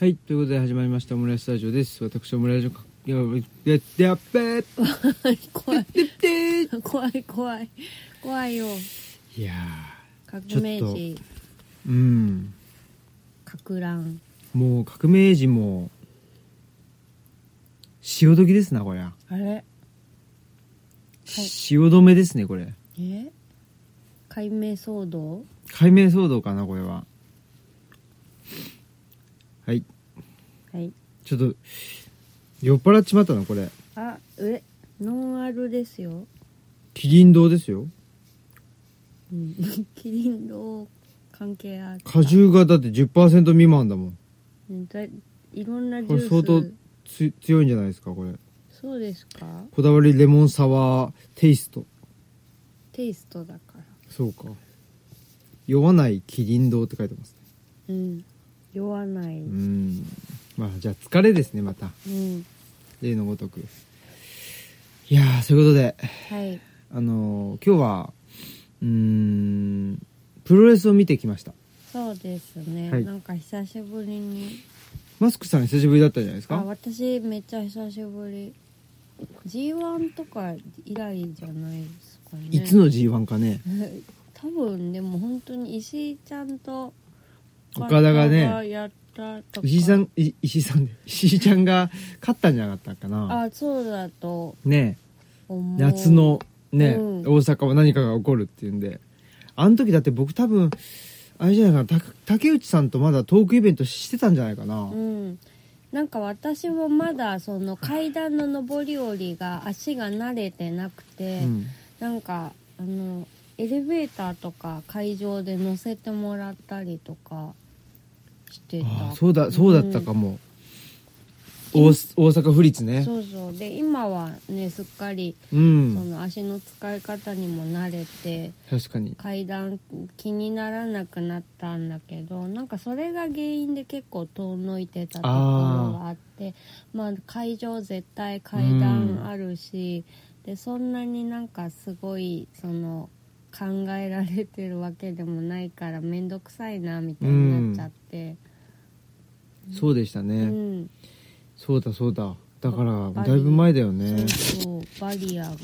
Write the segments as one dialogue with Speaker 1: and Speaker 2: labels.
Speaker 1: はい、ということで始まりましたオムライススタジオです。私オムライスか、いや、ややっべー
Speaker 2: 怖い
Speaker 1: ででー
Speaker 2: 怖い怖い怖いよ
Speaker 1: いや
Speaker 2: 革
Speaker 1: ちょっと
Speaker 2: 命児
Speaker 1: ー、うん。
Speaker 2: かく乱
Speaker 1: もう革命児も、潮時ですな、これは。
Speaker 2: あれ
Speaker 1: 潮止めですね、これ。
Speaker 2: え解明騒動
Speaker 1: 解明騒動かな、これは。はい、
Speaker 2: はい
Speaker 1: ちょっと、酔っ払っちまったの、これ。
Speaker 2: あえノンアルですよ、
Speaker 1: キリン堂ですよ。
Speaker 2: うん、キリンの関係あった
Speaker 1: 果汁がだって10%未満だもん。
Speaker 2: うんだいいろんなジ
Speaker 1: こ
Speaker 2: ュ
Speaker 1: れ
Speaker 2: ース
Speaker 1: 相当つ強いんじゃないですか、これ。
Speaker 2: そうですか
Speaker 1: こだわりレモンサワーテイスト
Speaker 2: テイストだから
Speaker 1: そうか酔わないキリン堂って書いてますね
Speaker 2: うん酔わない、
Speaker 1: うーんまあじゃあ疲れですねまた
Speaker 2: うん、
Speaker 1: 例のごとくいやーそういうことで
Speaker 2: はい
Speaker 1: あのー今日はうーんプロレスを見てきました
Speaker 2: そうですね、
Speaker 1: はい
Speaker 2: なんか久しぶりに
Speaker 1: マスクさん久しぶりだったじゃないです
Speaker 2: あ
Speaker 1: か
Speaker 2: 私めっちゃ久しぶり G1 とか以来じゃないですかね
Speaker 1: いつの g 1かね
Speaker 2: 多分でも本当に石井ちゃんと
Speaker 1: 岡田がね
Speaker 2: 岡やったとか
Speaker 1: 石井さんい石井さんで石井ちゃんが勝ったんじゃなかったかな
Speaker 2: あそうだと
Speaker 1: ねえ
Speaker 2: 思う
Speaker 1: 夏のね、
Speaker 2: うん
Speaker 1: 大阪は何かが起こるっていうんであの時だって僕多分あれじゃないかなた竹内さんとまだトークイベントしてたんじゃないかな、
Speaker 2: うんなんか私もまだその階段の上り下りが足が慣れてなくて、
Speaker 1: うん
Speaker 2: なんかあのエレベーターとか会場で乗せてもらったりとかして
Speaker 1: あ
Speaker 2: た
Speaker 1: あそうだそうだったかも、大す大阪府立ね
Speaker 2: そうそうで今はねすっかり
Speaker 1: う
Speaker 2: そ
Speaker 1: ん
Speaker 2: の足の使い方にも慣れて
Speaker 1: 確かに
Speaker 2: 階段気にならなくなったんだけどなんかそれが原因で結構遠のいてたところがあってまあ会場絶対階段あるし、でそんなになんかすごいその考えられてるわけでもないから面倒くさいなみたいになっちゃって、
Speaker 1: そうでしたね、
Speaker 2: うん
Speaker 1: そうだそうだだから
Speaker 2: バリ
Speaker 1: だいぶ前だよね
Speaker 2: そうそうバリアがね、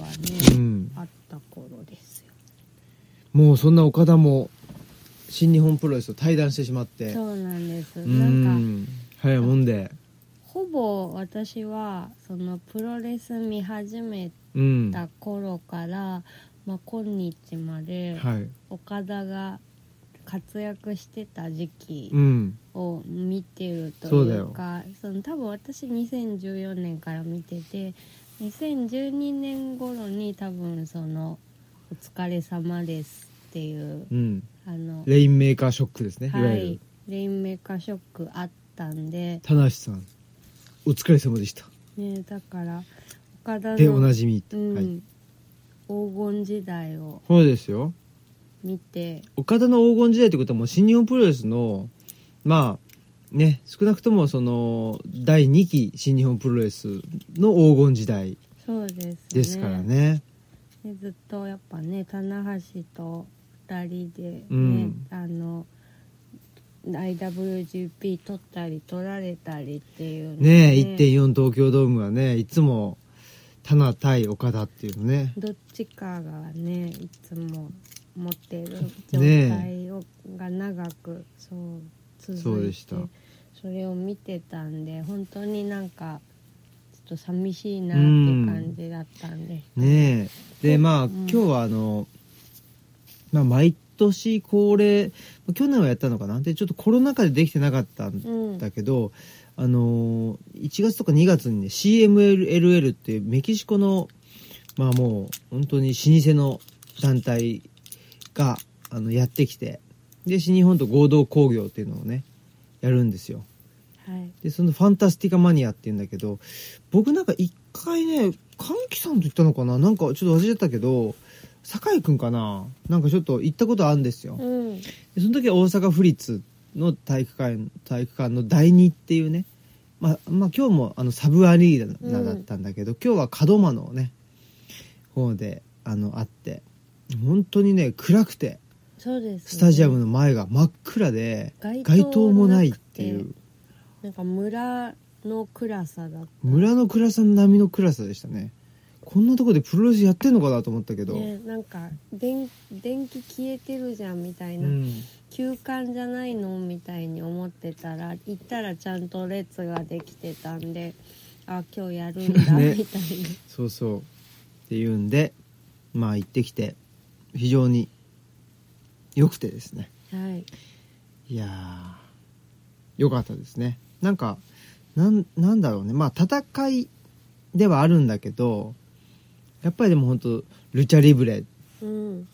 Speaker 1: うん
Speaker 2: あった頃ですよ。
Speaker 1: もうそんな岡田も新日本プロレスと対談してしまって
Speaker 2: そうなんです。
Speaker 1: う
Speaker 2: なんか、
Speaker 1: ん早いもんで
Speaker 2: ほぼ私は、そのプロレス見始め
Speaker 1: うんは
Speaker 2: た頃から、まあ、今日まで、
Speaker 1: い
Speaker 2: 岡田が活躍してた時期
Speaker 1: うん
Speaker 2: を見てると
Speaker 1: そうだ
Speaker 2: いう
Speaker 1: よ
Speaker 2: か、その多分私2014年から見てて、2012年頃に多分その、お疲れ様ですっていう、
Speaker 1: うん
Speaker 2: あの、
Speaker 1: レインメーカーショックですね、い、
Speaker 2: は
Speaker 1: わゆる
Speaker 2: い、レインメーカーショックあったんで、
Speaker 1: 田無さんお疲れ様でした
Speaker 2: ねだから岡田の
Speaker 1: でおなじみって、
Speaker 2: う
Speaker 1: はい
Speaker 2: ん黄金時代を
Speaker 1: そうですよ
Speaker 2: 見て
Speaker 1: 岡田の黄金時代ってことはもう新日本プロレスのまあね少なくともその第2期新日本プロレスの黄金時代
Speaker 2: そうですね
Speaker 1: ですからね
Speaker 2: でずっとやっぱね棚橋と2人で、ね
Speaker 1: うん
Speaker 2: あの IWGP 取ったり取られたりっていう
Speaker 1: ねえ1.4東京ドームはねいつも田名対岡田っていうのね
Speaker 2: どっちかがねいつも持ってる状
Speaker 1: ねえ
Speaker 2: 態を、が長くそう続いて
Speaker 1: そうでした
Speaker 2: それを見てたんで本当になんかちょっと寂しいなっていう感じだったんで、
Speaker 1: ねえでまあ、
Speaker 2: うん
Speaker 1: 今日はあの、まあ、毎年恒例去年はやったのかなでちょっとコロナ禍でできてなかったん
Speaker 2: うん
Speaker 1: だけど、あの1月とか2月にね CMLL っていうメキシコのまあもう本当に老舗の団体があのやってきてで新日本と合同工業っていうのをねやるんですよ。
Speaker 2: はい
Speaker 1: でそのファンタスティカマニアっていうんだけど僕なんか一回ね歓喜さんと行ったのかななんかちょっと忘れてたけど酒井くんかななんかちょっと行ったことあるんですよ
Speaker 2: うん
Speaker 1: でその時は大阪府立の体育館体育館の第二っていうねまあ、まあ、今日もあのサブアリーナだったんだけど、今日は門真のね方であのあって本当にね暗くて
Speaker 2: そうです、
Speaker 1: スタジアムの前が真っ暗で
Speaker 2: 街
Speaker 1: 街灯もないって
Speaker 2: な
Speaker 1: いう
Speaker 2: くなんか村の暗さだった
Speaker 1: 村の暗さの波の暗さでしたねこんなとこでプロレスやってんのかなと思ったけど、
Speaker 2: ね、なんか電電気消えてるじゃんみたいうな、
Speaker 1: ん、
Speaker 2: 休館じゃないのみたいに思ってたら行ったらちゃんと列ができてたんであ今日やるんだ
Speaker 1: ね
Speaker 2: みたいな、
Speaker 1: そうそうっていうんでまあ行ってきて非常に良くてですね
Speaker 2: はい
Speaker 1: いやー良かったですねなんかなんなんだろうねまあ戦いではあるんだけどやっぱりでも本当ルチャリブレっ
Speaker 2: うん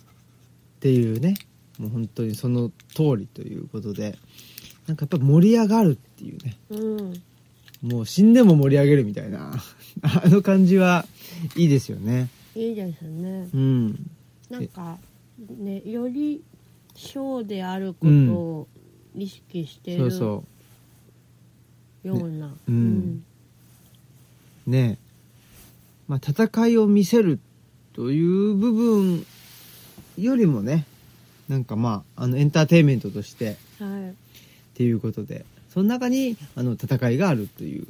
Speaker 1: ていうねもう本当にその通りということでなんかやっぱ盛り上がるっていうね
Speaker 2: うん
Speaker 1: もう死んでも盛り上げるみたいな あの感じはいいですよね
Speaker 2: いいですね
Speaker 1: うん
Speaker 2: なんかねよりショーであることを意識して
Speaker 1: そ
Speaker 2: る
Speaker 1: うそ
Speaker 2: ような
Speaker 1: うんうねえまあ戦いを見せるという部分よりもねなんかまああのエンターテインメントとして
Speaker 2: うんはい
Speaker 1: っていうことでその中にあの戦いがあるという、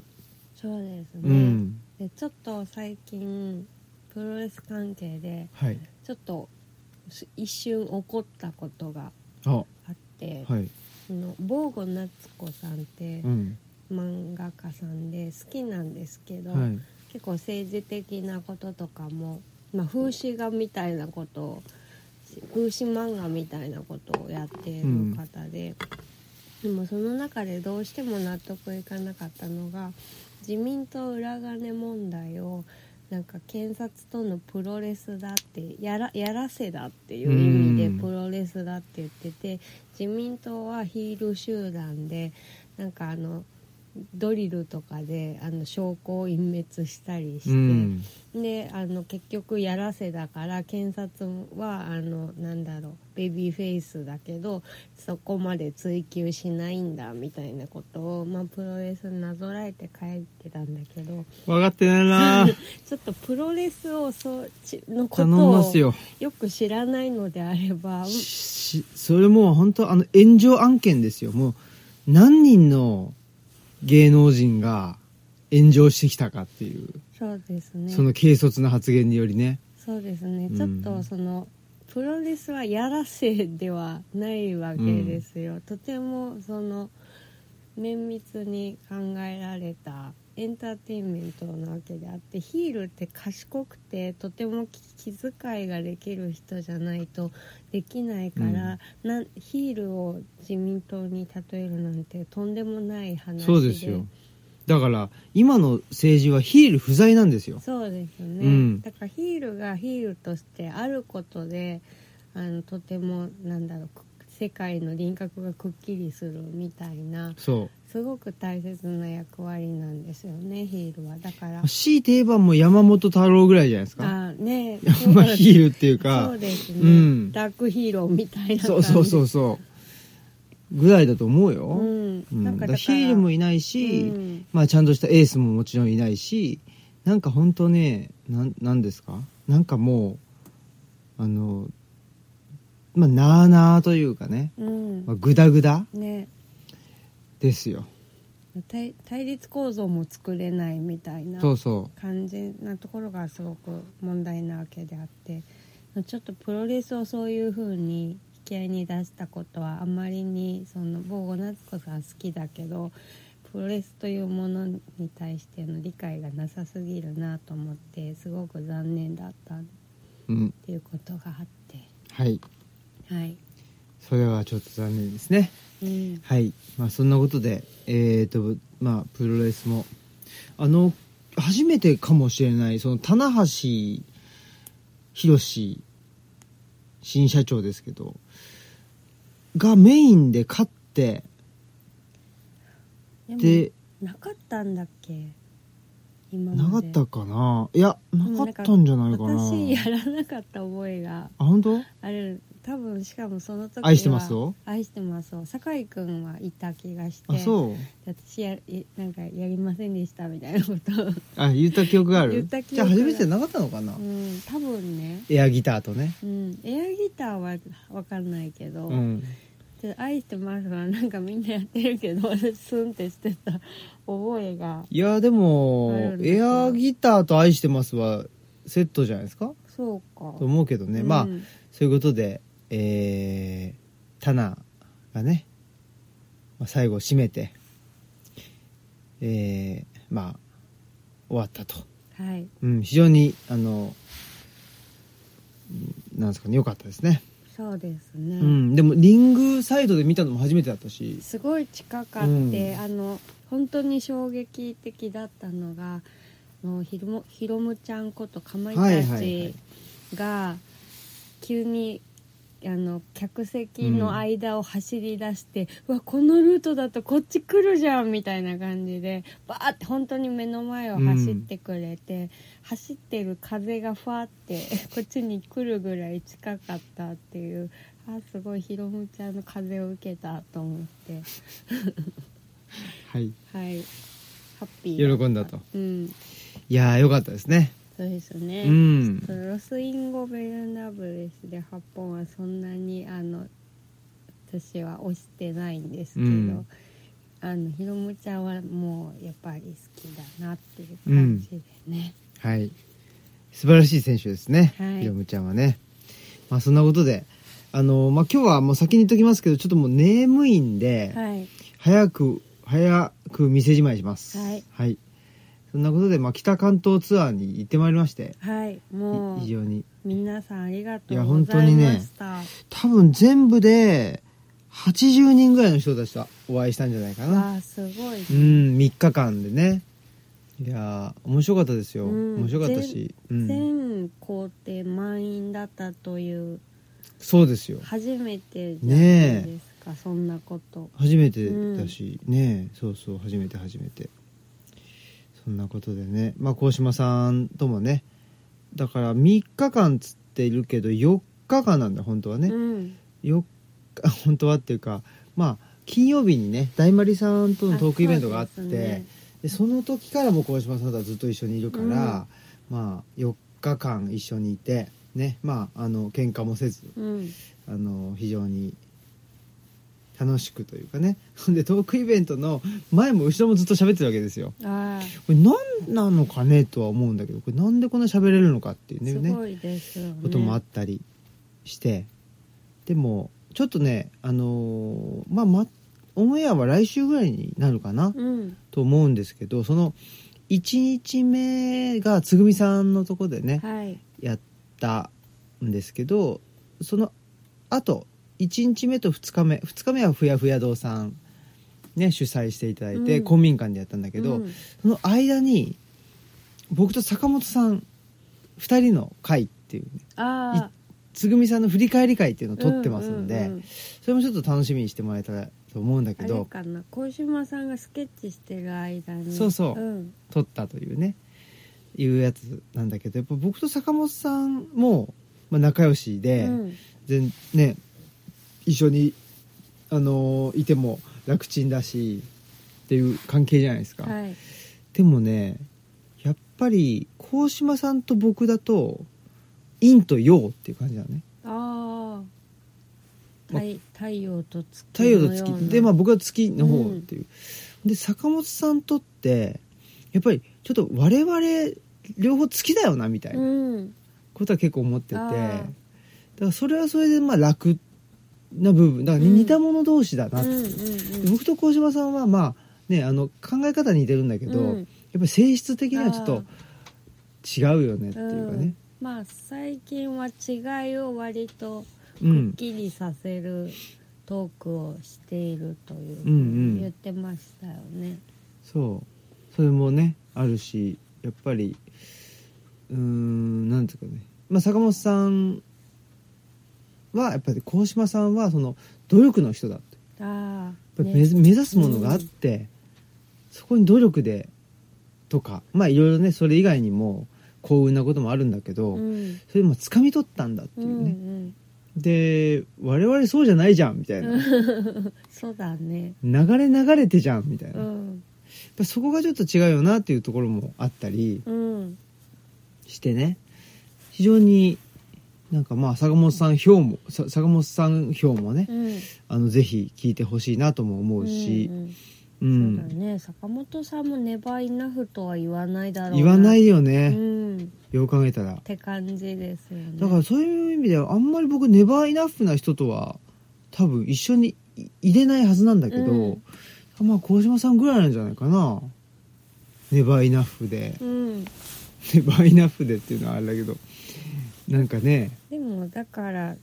Speaker 2: そうですね、
Speaker 1: うん
Speaker 2: でちょっと最近プロレス関係で
Speaker 1: はい
Speaker 2: ちょっとす一瞬起こったことが
Speaker 1: あは
Speaker 2: あって、
Speaker 1: い
Speaker 2: その防護夏子さんって
Speaker 1: うん
Speaker 2: 漫画家さんで好きなんですけど、
Speaker 1: はい
Speaker 2: 結構政治的なこととかも、まあ、風刺画みたいなことをし風刺漫画みたいなことをやっている方で、でもその中でどうしても納得いかなかったのが自民党裏金問題をなんか検察とのプロレスだってやらやらせだっていう意味
Speaker 1: う
Speaker 2: で
Speaker 1: ん
Speaker 2: プロレスだって言ってて自民党はヒール集団でなんかあのドリルとかであの証拠を隠滅したりして、
Speaker 1: うん
Speaker 2: であの結局やらせだから検察はあのなんだろうベビーフェイスだけどそこまで追及しないんだみたいなことを、まあ、プロレスになぞらえて書いてたんだけど
Speaker 1: 分かってないな
Speaker 2: ちょっとプロレスをそうちの こ
Speaker 1: 頼みます
Speaker 2: とを
Speaker 1: よ
Speaker 2: よく知らないのであれば
Speaker 1: ししそれもう本当あの炎上案件ですよもう何人の芸能人が炎上してきたかっていう、
Speaker 2: そうですね
Speaker 1: その軽率な発言によりね
Speaker 2: そうですね
Speaker 1: うん
Speaker 2: ちょっとその、プロレスはやらせではないわけですよ、とてもその綿密に考えられたエンターテインメントなわけであってヒールって賢くてとても気気遣いができる人じゃないとできないから、なんヒールを自民党に例えるなんてとんでもない話で
Speaker 1: そうですよだから今の政治はヒール不在なんですよ
Speaker 2: そうですね、
Speaker 1: うん
Speaker 2: だからヒールがヒールとしてあることであのとてもなんだろうく世界の輪郭がくっきりするみたいな
Speaker 1: そう
Speaker 2: すごく大切な役割なんですよねヒールはだから
Speaker 1: まあ強いて言えばもう山本太郎ぐらいじゃないですか
Speaker 2: あね
Speaker 1: まあヒー
Speaker 2: ル
Speaker 1: ルっていう
Speaker 2: そ
Speaker 1: か
Speaker 2: うですね、
Speaker 1: うん
Speaker 2: ダークヒーローみたいな
Speaker 1: そうそうそううそうぐらいだと思うよ、
Speaker 2: うん、
Speaker 1: うん
Speaker 2: なん
Speaker 1: だか
Speaker 2: かだからら
Speaker 1: ヒールもいないし、
Speaker 2: うん
Speaker 1: まあちゃんとしたエースももちろんいないしなんか本当ねなんなんですかなんかもうあのまあなあなあというかね、
Speaker 2: うん
Speaker 1: まあ、グダグダ
Speaker 2: ね
Speaker 1: ですよ
Speaker 2: 対対立構造も作れないみたいな
Speaker 1: そうそ
Speaker 2: 肝心なところがすごく問題なわけであってちょっとプロレスをそういうふうに引き合いに出したことはあまりにその坊吾夏子さん好きだけどプロレスというものに対しての理解がなさすぎるなと思ってすごく残念だったっ
Speaker 1: ううん
Speaker 2: ていうことがあって
Speaker 1: はい
Speaker 2: はい、
Speaker 1: それはちょっと残念ですね
Speaker 2: うん、
Speaker 1: はいまあそんなことでえっ、とまあプロレスもあの初めてかもしれないその棚橋宏志新社長ですけどがメインで勝って
Speaker 2: で
Speaker 1: で
Speaker 2: もなかったんだっけ今
Speaker 1: なか
Speaker 2: ま
Speaker 1: っ
Speaker 2: で
Speaker 1: たかないやなかったんじゃないかな
Speaker 2: 私やらなかった覚えが
Speaker 1: あ本当
Speaker 2: あれ多分しかもその時は
Speaker 1: 愛してますよ
Speaker 2: 愛してますよ酒井君はいた気がして
Speaker 1: あそう
Speaker 2: で私やいなんかやりませんでしたみたい なこと、
Speaker 1: あ言った記憶がある
Speaker 2: 言った記憶
Speaker 1: じゃあ
Speaker 2: が
Speaker 1: 初めてじゃなかったのかな、
Speaker 2: うん、多分ね、
Speaker 1: エアギターとね
Speaker 2: うん、エアギターは分かんないけど、
Speaker 1: うん
Speaker 2: で愛してますはなんかみんなやってるけど私スンってしてた覚えが
Speaker 1: いや、でも
Speaker 2: う、ん
Speaker 1: エアギターと愛してますはセットじゃないですか
Speaker 2: そうか
Speaker 1: と思うけどね。まあ
Speaker 2: う、ん
Speaker 1: そういうことで、えー、タナがね、まあ、最後締めて、えー、まあ、終わったと。
Speaker 2: はい
Speaker 1: うん、非常に、あの、うんなんですかね、良かったですね。
Speaker 2: そうですね、
Speaker 1: うん、でもリングサイドで見たのも初めてだったし、
Speaker 2: すごい近かって、
Speaker 1: うん
Speaker 2: あの本当に衝撃的だったのがもうひろもひろむちゃんことかまい
Speaker 1: はい
Speaker 2: た
Speaker 1: はいはい
Speaker 2: ちが急にあの客席の間を走り出して、うわこのルートだとこっち来るじゃんみたいな感じでバーって本当に目の前を走ってくれて、走ってる風がファーって こっちに来るぐらい近かったっていうあすごいひろむちゃんの風を受けたと思って。
Speaker 1: はい、
Speaker 2: はい。ハッピ
Speaker 1: 喜
Speaker 2: ー。
Speaker 1: んだと。
Speaker 2: うん。
Speaker 1: いやー、良かったですね。
Speaker 2: そうですね。
Speaker 1: うん
Speaker 2: そロスインゴベルナブレスで8本はそんなにあの私は推してないんですけど、
Speaker 1: うん
Speaker 2: あのひろむちゃんはもうやっぱり好きだなっていう感じでね。
Speaker 1: はい。素晴らしい選手ですね。
Speaker 2: はい
Speaker 1: ひろむちゃんはね。まあそんなことで、あの、まあ今日はもう先に言っときますけど、ちょっともう眠いんで、
Speaker 2: はい。
Speaker 1: 早く、早く店じまいします。
Speaker 2: はい
Speaker 1: そんなことで、まあ北関東ツアーに行ってまいりまして、
Speaker 2: はい。
Speaker 1: い
Speaker 2: もう
Speaker 1: 非常に。
Speaker 2: 皆さんありがと
Speaker 1: いや
Speaker 2: う
Speaker 1: 本
Speaker 2: ご
Speaker 1: 当
Speaker 2: ざ
Speaker 1: に
Speaker 2: い
Speaker 1: ね
Speaker 2: ました。
Speaker 1: 多分全部で、80人ぐらいの人たちとお会いしたんじゃないかな。
Speaker 2: わあすごい。
Speaker 1: うん、3日間でね。いやー、面白かったですよ。
Speaker 2: うん
Speaker 1: 面白かったし。うん。
Speaker 2: 全校程満員だったという
Speaker 1: そうですよ。
Speaker 2: 初めてじゃないですか、そんなこと
Speaker 1: 初めてだし、ねえそうそう初めて初めてそんなことでねまあ鴻島さんともねだから3日間つってるけど4日間なんだ本当はね、
Speaker 2: うん、
Speaker 1: 4日 本当はっていうかまあ金曜日にね大丸さんとのトークイベントがあって
Speaker 2: あ
Speaker 1: そ
Speaker 2: そうですね
Speaker 1: でその時からもう鴻島さんとはずっと一緒にいるから、まあ4日間一緒にいてねまああの喧嘩もせず
Speaker 2: うん、
Speaker 1: あの非常に楽しくというかね でトークイベントの前も後ろもずっと喋ってるわけですよ
Speaker 2: ああ
Speaker 1: これ何なのかねとは思うんだけどこれなんでこんな喋れるのかっていうね
Speaker 2: す
Speaker 1: ね
Speaker 2: ごいですよね
Speaker 1: こともあったりしてでもちょっとねあのーまあまオンエアは来週ぐらいになるかな
Speaker 2: うん
Speaker 1: と思うんですけどその1日目がつぐみさんのとこでね、
Speaker 2: はい
Speaker 1: やったんですけどそのあと1日目と2日目2日目はふやふや堂さん、ね、主催していただいて、
Speaker 2: うん
Speaker 1: 公民館でやったんだけど、
Speaker 2: うん
Speaker 1: その間に僕と坂本さん2人の会っていうね
Speaker 2: ああ
Speaker 1: つぐみさんの振り返り会っていうのを撮ってますんで、
Speaker 2: ううう
Speaker 1: それもちょっと楽しみにしてもらえたらと思うんだけ
Speaker 2: あれ
Speaker 1: ど
Speaker 2: かな小島さんがスケッチしてる間に、
Speaker 1: そうそうん撮ったというねいうやつなんだけどやっぱ僕と坂本さんも、まあ、仲良しで。
Speaker 2: うん
Speaker 1: 全ね一緒にあのーいても楽ちんだしっていう関係じゃないですか、
Speaker 2: はい
Speaker 1: でもねやっぱり鴻島さんと僕だと陰と陽っていう感じだね
Speaker 2: ああ
Speaker 1: ま
Speaker 2: 太太陽と月
Speaker 1: 太陽と
Speaker 2: のよう
Speaker 1: 月
Speaker 2: な
Speaker 1: でまあ僕は月の方っていう、で坂本さんとってやっぱりちょっと我々両方月だよなみたいな
Speaker 2: うん
Speaker 1: ことは結構思ってて
Speaker 2: あ
Speaker 1: だ
Speaker 2: ー
Speaker 1: からそれはそれでまあ楽な部分だから
Speaker 2: うん
Speaker 1: 似た者同士だ
Speaker 2: うん
Speaker 1: な
Speaker 2: う
Speaker 1: って
Speaker 2: んうん
Speaker 1: 僕と鴻島さんはまあねあの考え方似てるんだけど、
Speaker 2: うん
Speaker 1: やっぱり性質的にはちょっと違うよねっていうかね、
Speaker 2: まあ最近は違いを割と
Speaker 1: うん
Speaker 2: くっきりさせるトークをしているというふ
Speaker 1: うんうん
Speaker 2: に言ってましたよね。
Speaker 1: そうそれもねあるしやっぱりうーんなんていうかね、まあ、坂本さんはやっぱり鴻島さんはその努力の人だって
Speaker 2: ああ、
Speaker 1: やっぱり目,、
Speaker 2: ね
Speaker 1: 目指すものがあって、そこに努力でとかまあいろいろねそれ以外にも幸運なこともあるんだけど、
Speaker 2: うん
Speaker 1: それも掴み取ったんだって
Speaker 2: う
Speaker 1: い
Speaker 2: ん
Speaker 1: う
Speaker 2: う
Speaker 1: ね、
Speaker 2: ん、
Speaker 1: で我々そうじゃないじゃんみたいな
Speaker 2: そうだね。
Speaker 1: 流れ流れてじゃんみたいな、
Speaker 2: う
Speaker 1: やっ
Speaker 2: ん
Speaker 1: ぱそこがちょっと違うよなっていうところもあったり
Speaker 2: うん
Speaker 1: してね非常になんかまあ坂本さん票もさ坂本さん票もね、
Speaker 2: うん
Speaker 1: あのぜひ聞いてほしいなとも思うし、
Speaker 2: ん
Speaker 1: うん
Speaker 2: うんそうだね坂本さんもネバーイナフとは言わないだろう
Speaker 1: 言わないよ
Speaker 2: う
Speaker 1: ね、
Speaker 2: んっ
Speaker 1: よく考えたら
Speaker 2: て感じですよね
Speaker 1: だからそういう意味ではあんまり僕ネバーイナフな人とは多分一緒にい入れないはずなんだけど、まあ鴻島さんぐらいなんじゃないかなネバーイナフで、
Speaker 2: うん
Speaker 1: ネバーイナフでっていうのはあれだけどなんかね
Speaker 2: でもだから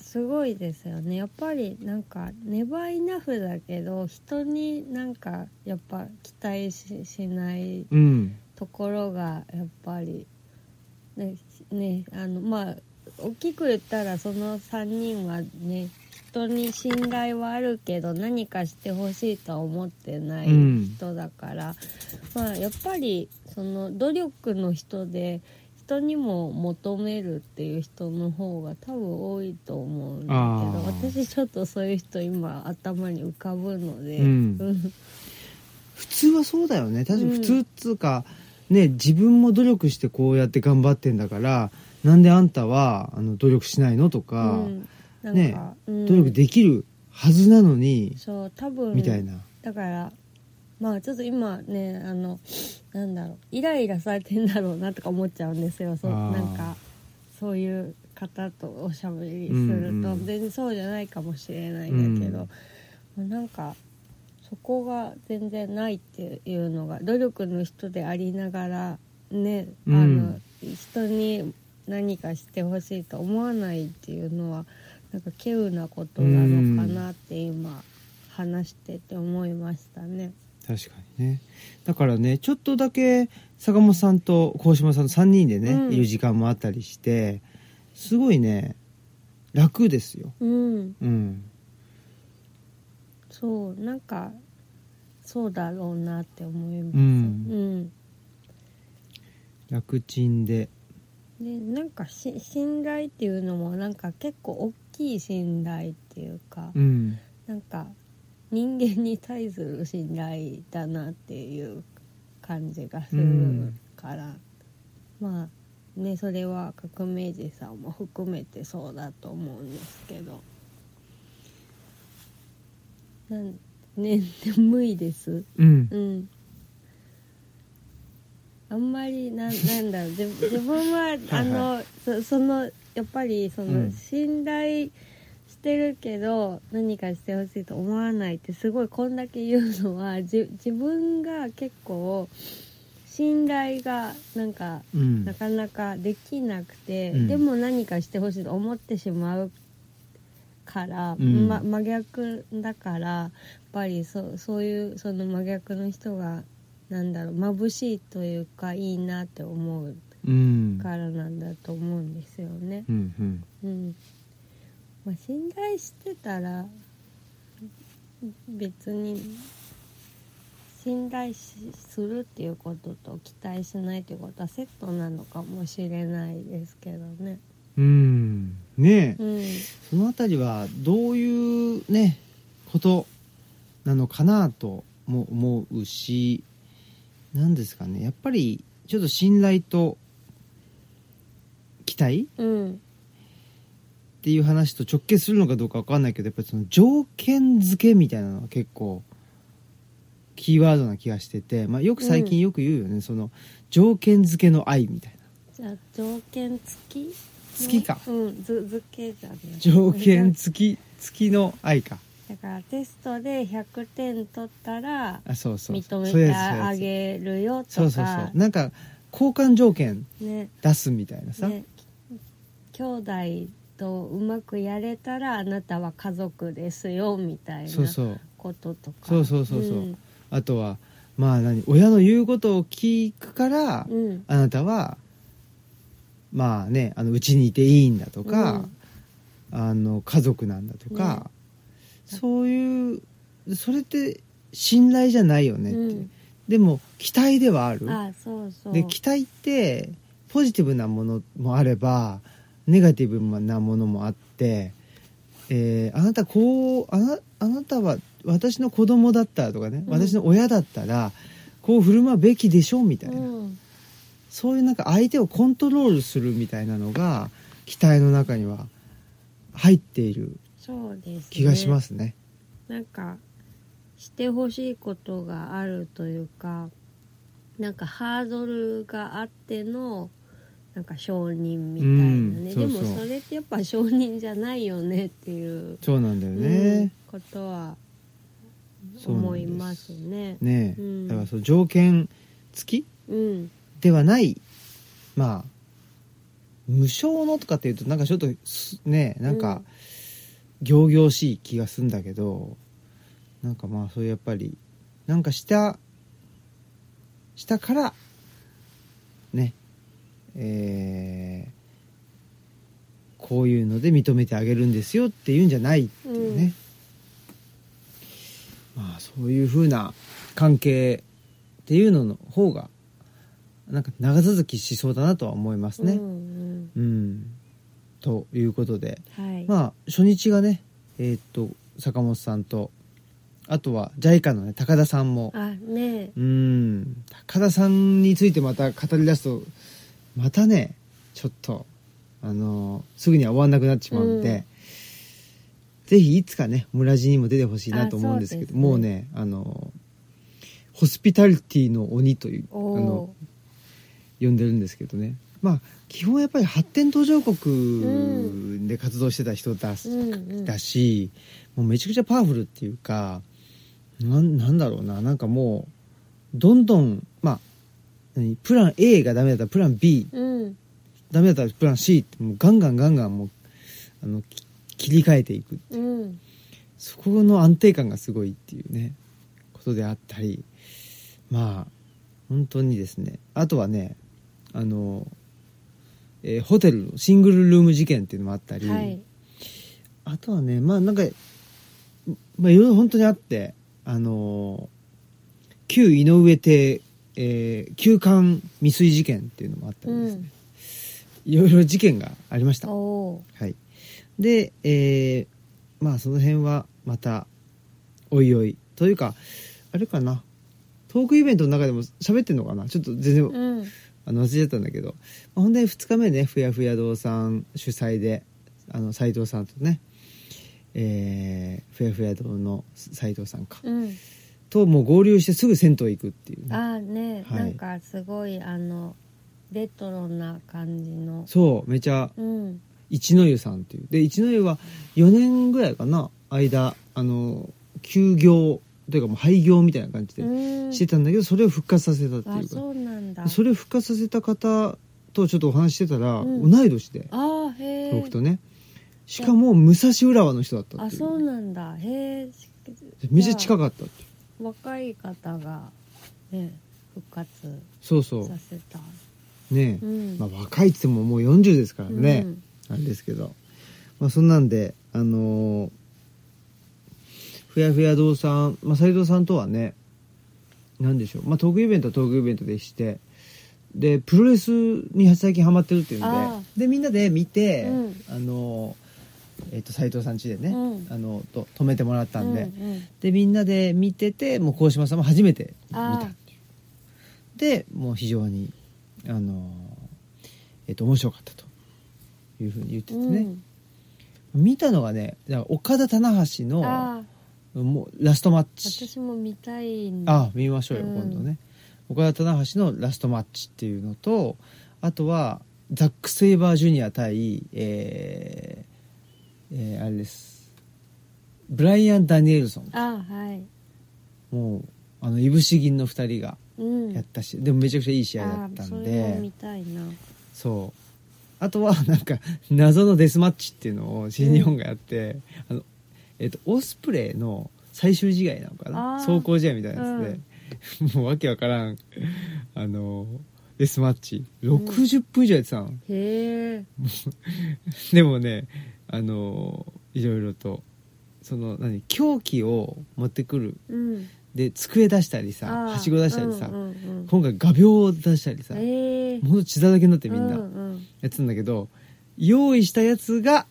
Speaker 2: すごいですよねやっぱりなんかネバーイナフだけど人になんかやっぱ期待ししない
Speaker 1: うん
Speaker 2: ところがやっぱりねねあのまあ大きく言ったらその3人はね人に信頼はあるけど何かしてほしいとは思ってない
Speaker 1: うん
Speaker 2: 人だから、まあやっぱりその努力の人で人にも求めるっていう人の方が多分多いと思うんだ
Speaker 1: あ
Speaker 2: け
Speaker 1: ー
Speaker 2: ど私ちょっとそういう人今頭に浮かぶので、
Speaker 1: うん
Speaker 2: うん
Speaker 1: 普通はそうだよね確か
Speaker 2: うん
Speaker 1: 普通っつうか、ね自分も努力してこうやって頑張ってんだからなんであんたはあの努力しないのとか、
Speaker 2: うんなんか
Speaker 1: ね
Speaker 2: うん
Speaker 1: 努力できるはずなのに、
Speaker 2: そう多分
Speaker 1: みたいな、
Speaker 2: だからまあちょっと今ねあのなんだろうイライラされてんだろうなとか思っちゃうんですよそう
Speaker 1: あー
Speaker 2: なんかそういう方とおしゃべりする
Speaker 1: うんう
Speaker 2: と
Speaker 1: ん
Speaker 2: 全然そうじゃないかもしれない
Speaker 1: うん
Speaker 2: だけ
Speaker 1: ん
Speaker 2: ど、まあなんかそこが全然ないっていうのが努力の人でありながらねあの、
Speaker 1: うん
Speaker 2: 人に何かしてほしいと思わないっていうのはなんか稀有なことなのかなって今話してて思いましたね。
Speaker 1: 確かにねだからねちょっとだけ坂本さんと鴻島さんの3人でね、
Speaker 2: うん
Speaker 1: いる時間もあったりしてすごいね楽ですよ
Speaker 2: うん、
Speaker 1: うん
Speaker 2: そうなんかそうだろうなって思います。
Speaker 1: う
Speaker 2: うんん、
Speaker 1: 楽ちんで
Speaker 2: でなんかし信頼っていうのもなんか結構大きい信頼っていうか、
Speaker 1: うん
Speaker 2: なんか人間に対する信頼だなっていう感じがするから、まあねそれは革命児さんも含めてそうだと思うんですけどなんね眠いです
Speaker 1: うん
Speaker 2: うんあんまりなん なんだろう自分自分はあのそそのやっぱりその、
Speaker 1: うん
Speaker 2: 信頼してるけど何かしてほしいと思わないってすごいこんだけ言うのはじ自分が結構信頼がなんか
Speaker 1: うん
Speaker 2: なかなかできなくて、
Speaker 1: うん
Speaker 2: でも何かしてほしいと思ってしまうから、
Speaker 1: うん
Speaker 2: ま、真逆だからやっぱりそうそういうその真逆の人がなんだろう眩しいというかいいなって思う
Speaker 1: うん
Speaker 2: からなんだと思うんですよね。
Speaker 1: うんうん
Speaker 2: うんまあ、信頼してたら別に信頼しするっていうことと期待しないということはセットなのかもしれないですけどね。
Speaker 1: うんねえ
Speaker 2: うん、
Speaker 1: そのあたりはどういうねことなのかなとも思うし何ですかねやっぱりちょっと信頼と期待
Speaker 2: うん、
Speaker 1: っていう話と直結するのかどうかわかんないけどやっぱりその条件付けみたいなのは結構キーワードな気がしてて、まあ、よく最近よく言うよね、その条件付けの愛みたいな
Speaker 2: じゃあ条件付き
Speaker 1: 付きか
Speaker 2: うん、ず付けじゃない
Speaker 1: 条件付き付きの愛か
Speaker 2: だからテストで100点取ったら
Speaker 1: あそうそう
Speaker 2: 認
Speaker 1: そういうやつそういう
Speaker 2: めて
Speaker 1: やつ
Speaker 2: あげるよとか
Speaker 1: そうそうそうなんか交換条件
Speaker 2: ね
Speaker 1: 出すみたいなさ、
Speaker 2: ね、き兄弟とうまくやれたらあなたは家族ですよみたいな
Speaker 1: そうそう
Speaker 2: こととか
Speaker 1: そうそうそうそう
Speaker 2: うん
Speaker 1: あとはまあ何親の言うことを聞くから、
Speaker 2: うん
Speaker 1: あなたはまあねあのうちにいていいんだとか、あの家族なんだとか、そういうそれって信頼じゃないよねっていう、でも期待ではあ
Speaker 2: う
Speaker 1: る
Speaker 2: ん、あそうそう
Speaker 1: で期待ってポジティブなものもあればネガティブなものもあって、えーあなたこうあなあなたは私の子供だったらとかね、
Speaker 2: うん
Speaker 1: 私の親だったらこう振る舞うべきでしょうみたいな、
Speaker 2: うん
Speaker 1: そういうなんか相手をコントロールするみたいなのが期待の中には入っている
Speaker 2: そうです、ね、
Speaker 1: 気がしますね。
Speaker 2: なんかしてほしいことがあるというかなんかハードルがあってのなんか承認みたいなね、
Speaker 1: うんそうそう
Speaker 2: でもそれってやっぱ承認じゃないよねっていう、
Speaker 1: そうなんだよ
Speaker 2: うん
Speaker 1: ね。
Speaker 2: ことは
Speaker 1: そうなんです
Speaker 2: 思いますね。
Speaker 1: ねえ、
Speaker 2: うん
Speaker 1: だからその条件付き
Speaker 2: うん、
Speaker 1: ではないまあ無償のとかっていうとなんかちょっとすねなんか仰々しい気がするんだけど、なんかまあそういうやっぱりなんかしたしたからねえーこういうので認めてあげるんですよっていうんじゃないっていうね、まあそういうふうな関係っていうのの方がなんか長続きしそうだなとは思いますね。
Speaker 2: うんうん
Speaker 1: うん、ということで、
Speaker 2: はい、
Speaker 1: まあ、初日がね、えーっと坂本さんとあとは JICA の、ね、高田さんも
Speaker 2: あね
Speaker 1: うん高田さんについてまた語り出すとまたねちょっとあのすぐには終わんなくなってしまうんで、
Speaker 2: うん
Speaker 1: ぜひいつかね村地にも出てほしいなと思うんですけど
Speaker 2: あそうですね
Speaker 1: もうねあのホスピタリティの鬼というあ
Speaker 2: お
Speaker 1: の
Speaker 2: お
Speaker 1: 呼んでるんですけどねまあ基本やっぱり発展途上国で活動してた人だ,、
Speaker 2: ー、うんうん、
Speaker 1: だしもうめちゃくちゃパワフルっていうかなんなんだろうななんかもうどんどんまあ何プラン A がダメだったらプラン B
Speaker 2: うん
Speaker 1: ダメだったらプラン C ってもうガンガンガンガンもうあのき切り替えていく
Speaker 2: うん
Speaker 1: そこの安定感がすごいっていうねことであったりまあ本当にですねあとはねあの、えーホテルのシングルルーム事件っていうのもあったり、
Speaker 2: はい
Speaker 1: あとはねまあなんかまあいろいろ本当にあってあの旧井上邸、えー旧館未遂事件っていうのもあったりですね、いろいろ事件がありました
Speaker 2: お。お
Speaker 1: はい、で、えーまあその辺はまたおいおいというかあれかなトークイベントの中でも喋ってんのかなちょっと全然、
Speaker 2: ーうん
Speaker 1: あの忘れちゃったんだけど、まあ、ほんで2日目ねふやふや堂さん主催であの斉藤さんとね、えーふやふや堂の斉藤さんか、
Speaker 2: うん
Speaker 1: ともう合流してすぐ銭湯行くっていうね、
Speaker 2: ああね、
Speaker 1: はい
Speaker 2: なんかすごいあのレトロな感じの
Speaker 1: そうめちゃ
Speaker 2: うん
Speaker 1: 一の湯さんっていうで一の湯は4年ぐらいかな間あの休業というかもう廃業みたいな感じで
Speaker 2: うん
Speaker 1: してたんだけど、それを復活させたって
Speaker 2: あ
Speaker 1: いうか
Speaker 2: そうなんだ
Speaker 1: それを復活させた方とちょっとお話ししてたら、
Speaker 2: うん
Speaker 1: 同い年で
Speaker 2: あーへえ
Speaker 1: 僕とねしかも武蔵浦和の人だった
Speaker 2: あ
Speaker 1: ってい
Speaker 2: そう
Speaker 1: う
Speaker 2: なんだへえ
Speaker 1: めっちゃ近かったっていう
Speaker 2: 若い方がね復活
Speaker 1: そうそ
Speaker 2: させた
Speaker 1: うねえ、
Speaker 2: うん
Speaker 1: まあ、若いっつってももう40ですからね、
Speaker 2: うん
Speaker 1: あれですけど、まあ、そんなんであのーふやふや堂さん、まあ、斉藤さんとはねなんでしょう、まあ、トークイベントはトークイベントでしてでプロレスに最近ハマってるっていうん
Speaker 2: あ
Speaker 1: ででみんなで見て、
Speaker 2: うん
Speaker 1: あのーえっと斉藤さん家でね、
Speaker 2: うん
Speaker 1: あのと止めてもらったんで、
Speaker 2: うんうん
Speaker 1: でみんなで見ててもう鴻島さんも初めて見た
Speaker 2: あー
Speaker 1: っていうでもう非常にあのーえっと面白かったというふうに言っててね、見たのがねだから岡田棚橋
Speaker 2: うん、
Speaker 1: の
Speaker 2: ああ
Speaker 1: もうラストマッチ
Speaker 2: 私も見たいん
Speaker 1: あ見ましょうよ、
Speaker 2: うん
Speaker 1: 今度ね岡田棚橋のラストマッチっていうのとあとはザック・スイバージュニア対えーえーあれですブライアン・ダニエルソン
Speaker 2: あはい
Speaker 1: もうあのいぶし銀の2人が
Speaker 2: うん
Speaker 1: やったし、でもめちゃくちゃいい試合だ
Speaker 2: あ
Speaker 1: った
Speaker 2: そ
Speaker 1: ん
Speaker 2: れも
Speaker 1: で
Speaker 2: 見たいな
Speaker 1: そうあとはなんか謎のデスマッチっていうのを新日本がやって、あのえっとオスプレイの最終試合なのかな
Speaker 2: あー
Speaker 1: 走行試合みたいなやつで、もうわけわからんあのデスマッチ60分以上やってたの、
Speaker 2: へえ
Speaker 1: でもねあのいろいろとその何凶器を持ってくる
Speaker 2: うん
Speaker 1: で机出したりさ
Speaker 2: あー
Speaker 1: はしご出したりさ、
Speaker 2: うんうんうん
Speaker 1: 今回画鋲を出したりさ、
Speaker 2: ええ
Speaker 1: もう血だらけになってみんな
Speaker 2: うんうん
Speaker 1: やってたんだけど、用意したやつが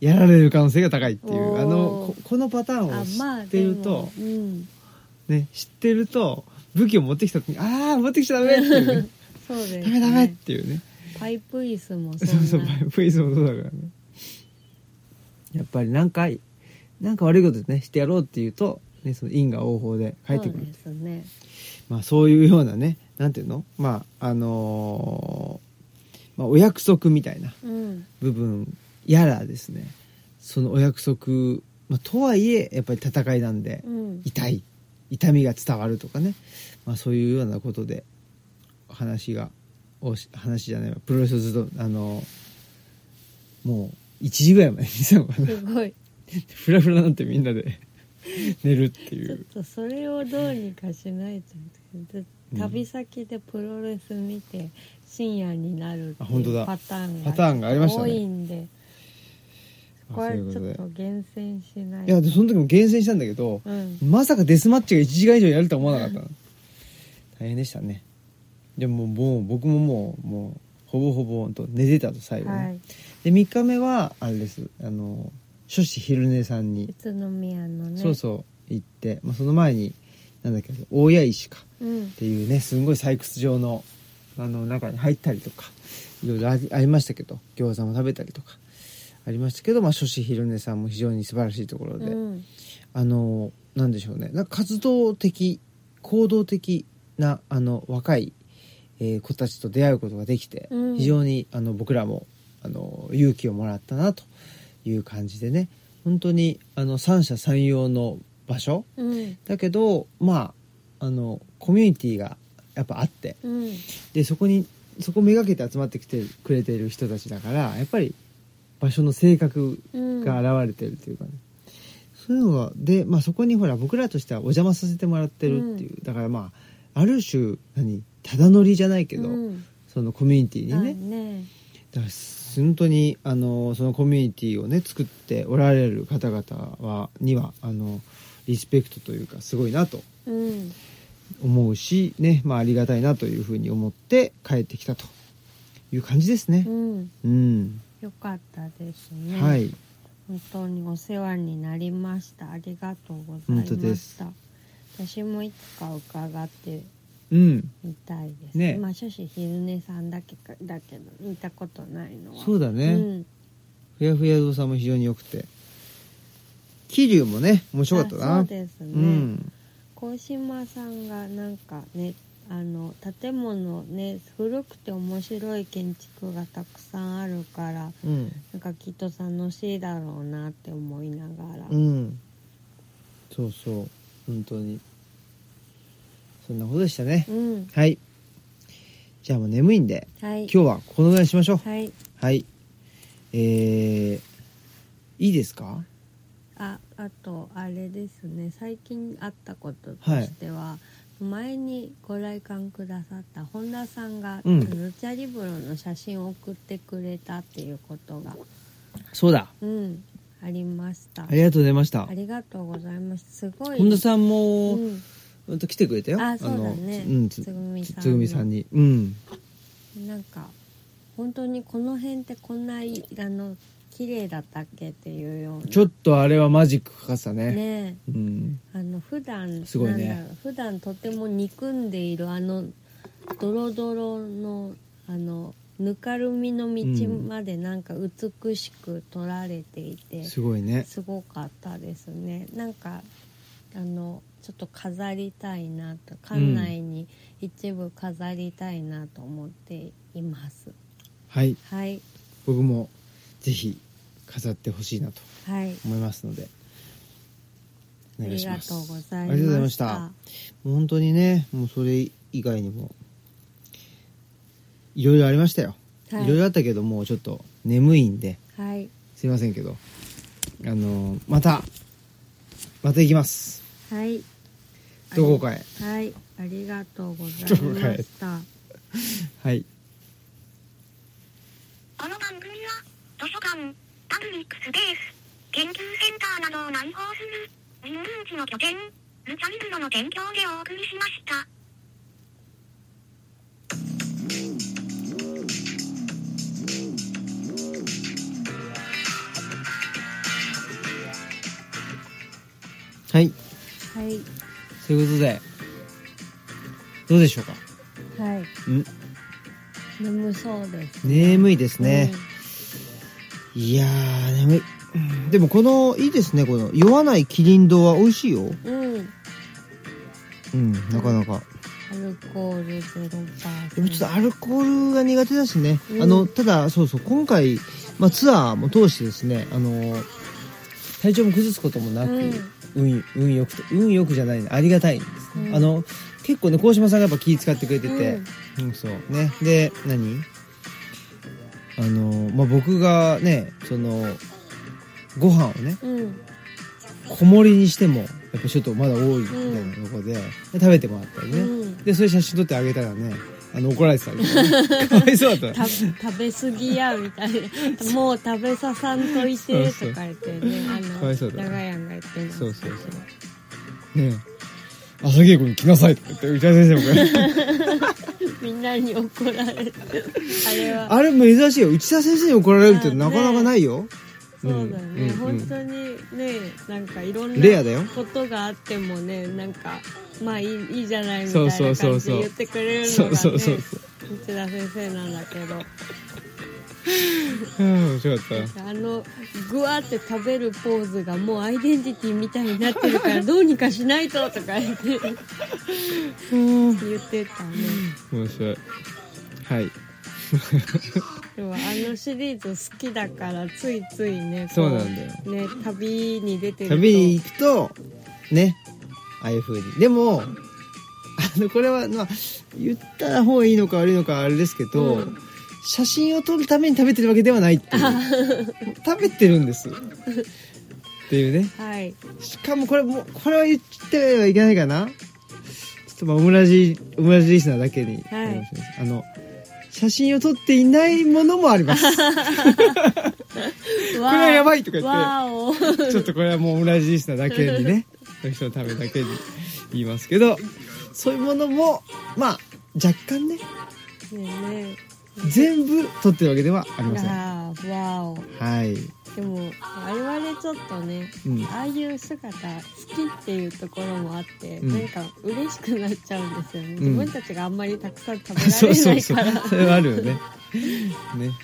Speaker 1: やられる可能性が高いっていう
Speaker 2: おー
Speaker 1: あのここのパターン
Speaker 2: あま
Speaker 1: を知
Speaker 2: あ
Speaker 1: って
Speaker 2: で
Speaker 1: る
Speaker 2: も
Speaker 1: と、
Speaker 2: うん、
Speaker 1: ね、知ってると武器を持ってきた時に「ああ持ってきちゃダメ」っていうね
Speaker 2: そうで
Speaker 1: 「
Speaker 2: す、ね、
Speaker 1: ダメダメ」っていうね
Speaker 2: 確パイプ椅子も
Speaker 1: そう
Speaker 2: そ
Speaker 1: そ
Speaker 2: ん
Speaker 1: う
Speaker 2: な
Speaker 1: パイプ椅子もそうだからねやっぱり何回なんか悪いことねしてやろうっていうと、ね、その因果応報で返ってくる
Speaker 2: そうですね
Speaker 1: まあ、そういうようなねなんていうのまああのーまあ、お約束みたいな
Speaker 2: うん
Speaker 1: 部分やらですねそのお約束、まあ、とはいえやっぱり戦いなんで
Speaker 2: うん
Speaker 1: 痛い痛みが伝わるとかね、まあ、そういうようなことで話がおし話じゃないわプロレスをずっとあのもう1時ぐらいまで見てたのかな
Speaker 2: すごい
Speaker 1: フラフラになってみんなで 寝るってい
Speaker 2: ちょっ
Speaker 1: う
Speaker 2: とそれをどうにかしないとで
Speaker 1: うん
Speaker 2: 旅先でプロレス見て深夜になるって
Speaker 1: あ本当
Speaker 2: い
Speaker 1: だ
Speaker 2: うパターンが
Speaker 1: パターンがありました
Speaker 2: 多
Speaker 1: ね。
Speaker 2: いんでこれ
Speaker 1: まあ
Speaker 2: ち
Speaker 1: そう
Speaker 2: ょ
Speaker 1: い
Speaker 2: っ
Speaker 1: うこと
Speaker 2: 厳選しない
Speaker 1: でいやでその時も厳選したんだけど
Speaker 2: うん
Speaker 1: まさかデスマッチが1時間以上やるとは思わなかったの大変でしたねでももう僕ももうもうほぼほぼほんと寝てたと最後ね、
Speaker 2: はい
Speaker 1: で3日目はあれですあの初子昼寝さんに、
Speaker 2: 宇都宮のね
Speaker 1: そうそう行って、まあ、その前になんだっけ大谷石か
Speaker 2: う、ん
Speaker 1: っ、ていうねすんごい採掘場のあの中に入ったりとかいろいろありありましたけど餃子も食べたりとかありましたけど、まあ、初子昼寝さんも非常に素晴らしいところで、
Speaker 2: うん
Speaker 1: あのなんでしょうねなんか活動的行動的なあの若い、えー子たちと出会うことができて、
Speaker 2: うん
Speaker 1: 非常にあの僕らもあの勇気をもらったなという感じでね本当にあの三者三様の場所
Speaker 2: うん
Speaker 1: だけどまああのコミュニティがやっぱあって
Speaker 2: うん
Speaker 1: でそこにそこめがけて集まってきてくれている人たちだからやっぱり場所の性格
Speaker 2: うん
Speaker 1: が現れてるというかね、そういうのがで、まあ、そこにほら僕らとしてはお邪魔させてもらってるっていう、だからまあある種何ただ乗りじゃないけど、
Speaker 2: うん
Speaker 1: そのコミュニティに
Speaker 2: だ
Speaker 1: ね、
Speaker 2: ね
Speaker 1: だから本当にあのそのコミュニティをね作っておられる方々はにはあのリスペクトというかすごいなと
Speaker 2: うん
Speaker 1: 思うし、ねまあ、ありがたいなというふうに思って帰ってきたという感じですね
Speaker 2: う。ん
Speaker 1: うん、
Speaker 2: よかったですね
Speaker 1: はい
Speaker 2: 本当にお世話になりましたありがとうございま
Speaker 1: 本当で
Speaker 2: し
Speaker 1: す
Speaker 2: た私もいつか伺って
Speaker 1: うん
Speaker 2: みたいです
Speaker 1: ね
Speaker 2: まあ諸子昼寝さんだけかだけど見たことないのは
Speaker 1: そうだね、
Speaker 2: うん、
Speaker 1: ふやふや堂さんも非常に良くて桐生もね面白かったな
Speaker 2: あそうですね、
Speaker 1: うん
Speaker 2: 高島さんがなんかねあの建物ね古くて面白い建築がたくさんあるから
Speaker 1: うん、
Speaker 2: なんかきっと楽しいだろうなって思いながら、
Speaker 1: うん、そうそう本当にそんなことでしたね、
Speaker 2: うん、
Speaker 1: はいじゃあもう眠いんで
Speaker 2: はい
Speaker 1: 今日はこのぐらいにしましょう
Speaker 2: はい
Speaker 1: はい、えー、いいですか
Speaker 2: ああとあれですね最近あったことと
Speaker 1: はい
Speaker 2: しては、前にご来館くださった本田さんが、
Speaker 1: うん
Speaker 2: ルチャリブロの写真を送ってくれたっていうことが、
Speaker 1: そうだ
Speaker 2: うん、ありました
Speaker 1: ありがとうございました
Speaker 2: ありがとうございますすごい
Speaker 1: 本田さんも、
Speaker 2: うん
Speaker 1: うんと来てくれたよ
Speaker 2: あそうだね
Speaker 1: のうん、つ
Speaker 2: つぐみさんの
Speaker 1: つぐみさんにうん
Speaker 2: なんか本当にこの辺ってこんないあの綺麗だったっけっていうような
Speaker 1: ちょっとあれはマジックかかってたね
Speaker 2: ね
Speaker 1: うん
Speaker 2: あの普段
Speaker 1: すごいね
Speaker 2: なんだろう普段とても憎んでいるあのドロドロのあのぬかるみの道までなんか美しく撮られていて、
Speaker 1: すごいね
Speaker 2: すごかったですねなんかあのちょっと飾りたいなと館内に一部飾りたいなと思っています、
Speaker 1: はい
Speaker 2: はい
Speaker 1: 僕もぜひ飾ってほしいなと
Speaker 2: はい
Speaker 1: 思いますのでお
Speaker 2: あ
Speaker 1: 願い
Speaker 2: り
Speaker 1: し
Speaker 2: が
Speaker 1: ます
Speaker 2: とうございました
Speaker 1: ありがとうございましたもう本当にねもうそれ以外にもいろいろありましたよ、
Speaker 2: はい
Speaker 1: いろいろあったけどもうちょっと眠いんで
Speaker 2: はい
Speaker 1: すいませんけどあのまたまた行きます
Speaker 2: はい
Speaker 1: どこかへ
Speaker 2: はい、ありがとうございました。
Speaker 1: はい
Speaker 3: この番組は、図書館、パブリックスペース、研究センターなどを内包する、民有地の拠点、ルチャリブロの提供でお送りしました。
Speaker 1: はい
Speaker 2: はい、
Speaker 1: ということでどうでしょうか
Speaker 2: はい、
Speaker 1: ん
Speaker 2: 眠そうです
Speaker 1: 眠いですね。いやー、眠い。うんでもこの、いいですね、この、酔わないキリン堂は美味しいよ。
Speaker 2: うん、うん、
Speaker 1: うん、なかなか。
Speaker 2: アルコールゼロパー
Speaker 1: でもちょっとアルコールが苦手だしね。
Speaker 2: うん
Speaker 1: あの、ただ、そうそう、今回、まあツアーも通してですね、あの、体調も崩すこともなく、運、運良くて、運良くじゃないねありがたいんですね。
Speaker 2: うん
Speaker 1: あの、結構ね、鴻島さんがやっぱ気使ってくれてて、
Speaker 2: うん
Speaker 1: うん、そう。ね。で、何あの、まあ、僕がね、その、ご飯をね、
Speaker 2: うん、うん、
Speaker 1: 小盛りにしても、やっぱちょっとまだ多いみたいなところで、で食べてもらったりね。
Speaker 2: うん
Speaker 1: で、それ写真撮ってあげたらね、あの、怒られてたんですよね。かわい そうだった
Speaker 2: た。食べ過ぎやみたいなもう食べささんといて
Speaker 1: そうそう
Speaker 2: とか言ってねあ
Speaker 1: かわ
Speaker 2: の
Speaker 1: いそうだね
Speaker 2: 長屋が言ってます
Speaker 1: そうそうそう。ねえ朝稽古に来なさいとか言って、内田先生も来 ない。
Speaker 2: みんなに怒られるあれは
Speaker 1: あれも珍しいよ。内田先生に怒られるってなかなかないよ。
Speaker 2: そうだよ
Speaker 1: うん
Speaker 2: ね、
Speaker 1: うん
Speaker 2: 本当にねなんかいろんな
Speaker 1: レアだよ
Speaker 2: ことがあってもねなんかまあいいいいじゃないみた
Speaker 1: そ
Speaker 2: いうな
Speaker 1: そう
Speaker 2: 感
Speaker 1: そう
Speaker 2: じ
Speaker 1: そう
Speaker 2: で言ってくれる
Speaker 1: そ
Speaker 2: の
Speaker 1: う
Speaker 2: がね
Speaker 1: そうそう
Speaker 2: 内
Speaker 1: そう。
Speaker 2: 田先生なんだけど
Speaker 1: うん、面白かった。
Speaker 2: あのぐわって食べるポーズがもうアイデンティティみたいになってるからどうにかしないととか言って
Speaker 1: 面
Speaker 2: 言ってたね
Speaker 1: 白い。はい。
Speaker 2: でもあのシリーズ好きだからついついねこ
Speaker 1: そうなんだよ
Speaker 2: ね旅に出てると
Speaker 1: 旅に行くと、ね、ああいう風に。でも、あの、これは、まあ、言った方がいいのか悪いのかあれですけど、
Speaker 2: うん
Speaker 1: 写真を撮るために食べてるわけではないってい う。食べてるんです。っていうね。
Speaker 2: はい
Speaker 1: しかもこれもう、これは言ってはいけないかなちょっとまあ、オムラジ、オムラジリスナーだけに。
Speaker 2: はい
Speaker 1: あの、写真を撮っていないものもあります。
Speaker 2: これ
Speaker 1: これはやばいとか言って
Speaker 2: わ お
Speaker 1: ちょっとこれはもう同じ人だけに ね、その人のためだけに言いますけど、そういうものも、まあ、若干ね、
Speaker 2: ねえね
Speaker 1: 全部取ってるわけではありません。
Speaker 2: あーわお
Speaker 1: はい。
Speaker 2: でも我々ちょっとね
Speaker 1: うん。
Speaker 2: ああいう姿好きっていうところもあって、
Speaker 1: うん
Speaker 2: なんか嬉しくなっちゃうんですよね、
Speaker 1: ん
Speaker 2: 自分たちがあんまりたくさん食べ
Speaker 1: そ
Speaker 2: ら
Speaker 1: う
Speaker 2: れ
Speaker 1: そ
Speaker 2: な
Speaker 1: う
Speaker 2: い
Speaker 1: そ
Speaker 2: か
Speaker 1: う
Speaker 2: ら。
Speaker 1: それはあるよね。ね、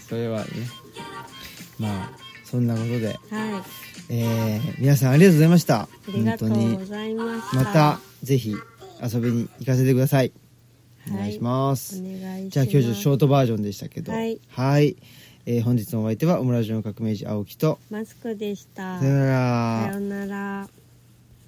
Speaker 1: それはね。まあ、そんなことで、
Speaker 2: はい
Speaker 1: えー、皆さんありがとうございました。
Speaker 2: ありがと
Speaker 1: 本当
Speaker 2: うご
Speaker 1: に。
Speaker 2: ざいました
Speaker 1: また、ぜひ、遊びに行かせてください。お願いします。
Speaker 2: お願いします
Speaker 1: じゃあ今日ちょっとショートバージョンでしたけど。
Speaker 2: はい。
Speaker 1: はい。えー本日のお相手はオムラジオの革命児青木と、
Speaker 2: マスクでした
Speaker 1: さよなら
Speaker 2: さようなら